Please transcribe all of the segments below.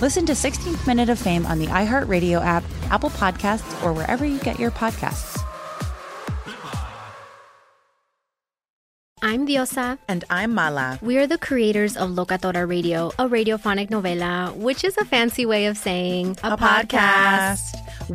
Listen to 16th Minute of Fame on the iHeartRadio app, Apple Podcasts, or wherever you get your podcasts. I'm Diosa. And I'm Mala. We are the creators of Locatora Radio, a radiophonic novela, which is a fancy way of saying a, a podcast. podcast.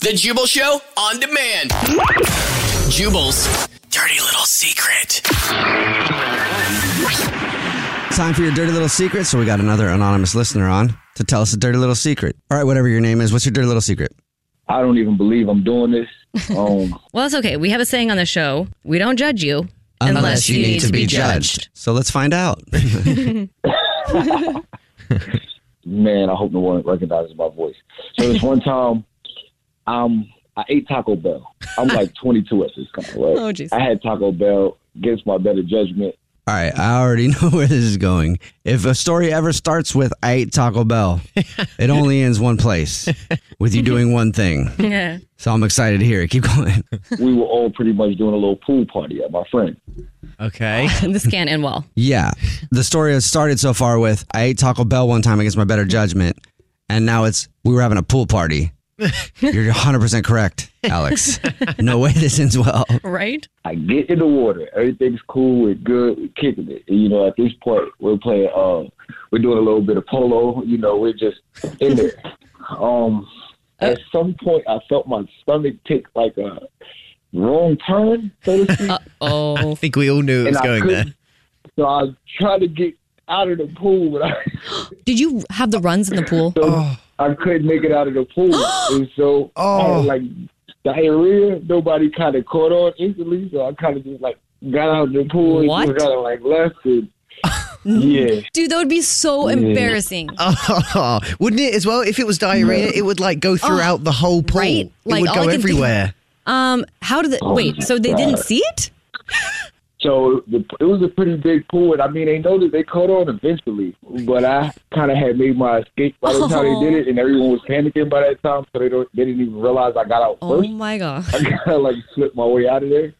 The Jubal Show on demand. Jubal's dirty little secret. Time for your dirty little secret. So we got another anonymous listener on to tell us a dirty little secret. All right, whatever your name is, what's your dirty little secret? I don't even believe I'm doing this. Um, well, it's okay. We have a saying on the show we don't judge you unless, unless you, you, need, to, to be, be judged. judged. So let's find out. Man, I hope no one recognizes my voice. So this one time, um, I ate Taco Bell. I'm like 22 at this time, right? Oh, geez. I had Taco Bell against my better judgment. All right, I already know where this is going. If a story ever starts with "I ate Taco Bell," it only ends one place with you doing one thing. Yeah. So I'm excited to hear it. Keep going. We were all pretty much doing a little pool party at my friend. Okay. this can't end well. Yeah. The story has started so far with "I ate Taco Bell one time against my better judgment," and now it's "We were having a pool party." You're 100% correct, Alex. no way this ends well. Right? I get in the water. Everything's cool. We're good. We're kicking it. And, you know, at this point, we're playing, uh, we're doing a little bit of polo. You know, we're just in there. Um, at some point, I felt my stomach take like a wrong turn, so to speak. oh. I think we all knew it was and going there. So I was trying to get out of the pool. I, Did you have the runs in the pool? So oh. I couldn't make it out of the pool. and so oh. had, like diarrhea. Nobody kind of caught on instantly. So I kind of just like got out of the pool what? and kind of like left it. yeah. Dude, that would be so yeah. embarrassing. Oh, wouldn't it as well? If it was diarrhea, yeah. it would like go throughout oh, the whole pool. Right? It like, would go everywhere. Think, um, how did the oh wait? So they God. didn't see it? So the, it was a pretty big pool, and I mean, they noticed they caught on eventually, but I kind of had made my escape by the time oh. they did it, and everyone was panicking by that time, so they don't they didn't even realize I got out oh first. Oh my god! I kind of like slipped my way out of there.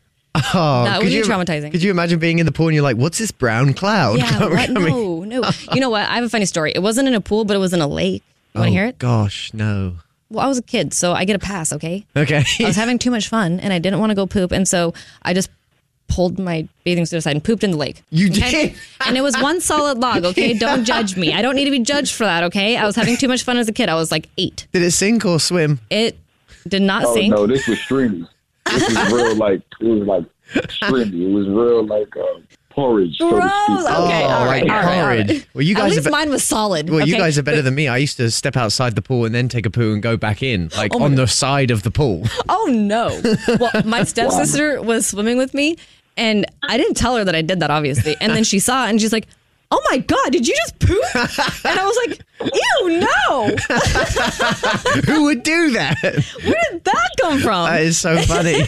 Oh, that would be traumatizing. Could you imagine being in the pool and you're like, "What's this brown cloud?" Yeah, what? no, no. you know what? I have a funny story. It wasn't in a pool, but it was in a lake. Want to oh, hear it? Gosh, no. Well, I was a kid, so I get a pass. Okay. Okay. I was having too much fun, and I didn't want to go poop, and so I just pulled my bathing suit aside and pooped in the lake. You okay? did? And it was one solid log, okay? Don't judge me. I don't need to be judged for that, okay? I was having too much fun as a kid. I was like eight. Did it sink or swim? It did not oh, sink. No, this was streamy. This was real like, it was like streamy. It was real like, uh, porridge. So Gross. Okay. Oh, all right. Like all right, porridge. All right. Well, you guys. At least mine was solid. Well, you okay. guys are better than me. I used to step outside the pool and then take a poo and go back in, like oh on the side of the pool. Oh no! Well, my stepsister was swimming with me, And I didn't tell her that I did that, obviously. And then she saw it and she's like, Oh my God, did you just poop? And I was like, Ew, no. Who would do that? Where did that come from? That is so funny.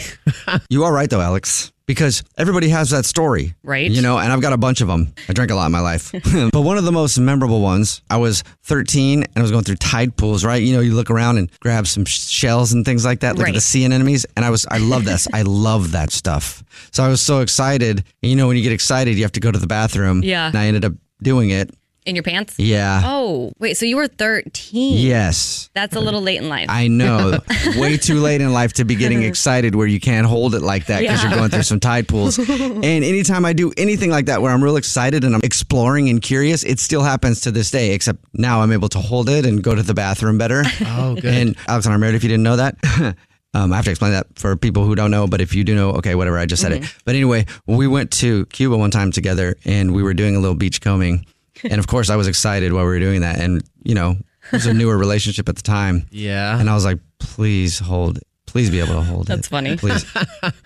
You are right though, Alex, because everybody has that story. Right. You know, and I've got a bunch of them. I drank a lot in my life. but one of the most memorable ones, I was 13 and I was going through tide pools, right? You know, you look around and grab some sh- shells and things like that, look at the Right. sea anemones, and I was I love this. I love that stuff. So I was so excited. And you know, when you get excited, you have to go to the bathroom. Yeah. And I ended up doing it. In your pants? Yeah. Oh, wait. So you were 13. Yes. That's a little late in life. I know. Way too late in life to be getting excited where you can't hold it like that because Yeah. you're going through some tide pools. And anytime I do anything like that where I'm real excited and I'm exploring and curious, it still happens to this day, except now I'm able to hold it and go to the bathroom better. Oh, good. And Alex and I are married, if you didn't know that. Um, I have to explain that for people who don't know, but if you do know, okay, whatever, I just said Mhm. it. But anyway, we went to Cuba one time together and we were doing a little beach combing. And of course, I was excited while we were doing that. And, you know, it was a newer relationship at the time. Yeah. And I was like, please hold, please be able to hold it. That's funny. Please.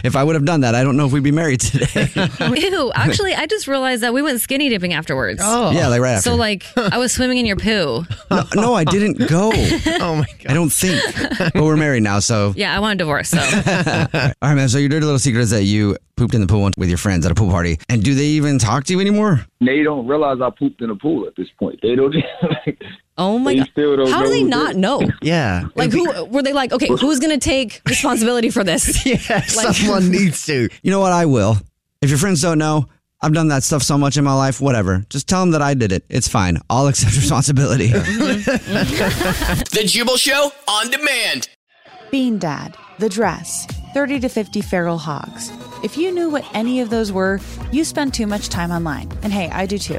if I would have done that, I don't know if we'd be married today. Ew, actually, I just realized that we went skinny dipping afterwards. Oh. Yeah, like right So, after. like, I was swimming in your poo. no, no, I didn't go. Oh my God. I don't think. But we're married now, so. Yeah, I want a divorce. So, All right, man. So your dirty little secret is that you pooped in the pool once with your friends at a pool party. And do they even talk to you anymore? They don't realize I pooped in a pool at this point. They don't. oh my They God. still don't How do know they who not did it. know? Yeah. Like, who were they like, okay, who's going to take responsibility for this? yeah, someone needs to. You know what? I will. If your friends don't know, I've done that stuff so much in my life. Whatever. Just tell them that I did it. It's fine. I'll accept responsibility. The Jubal Show on demand. Bean Dad, The Dress, 30 to 50 Feral Hogs. If you knew what any of those were, you spend too much time online. And hey, I do too.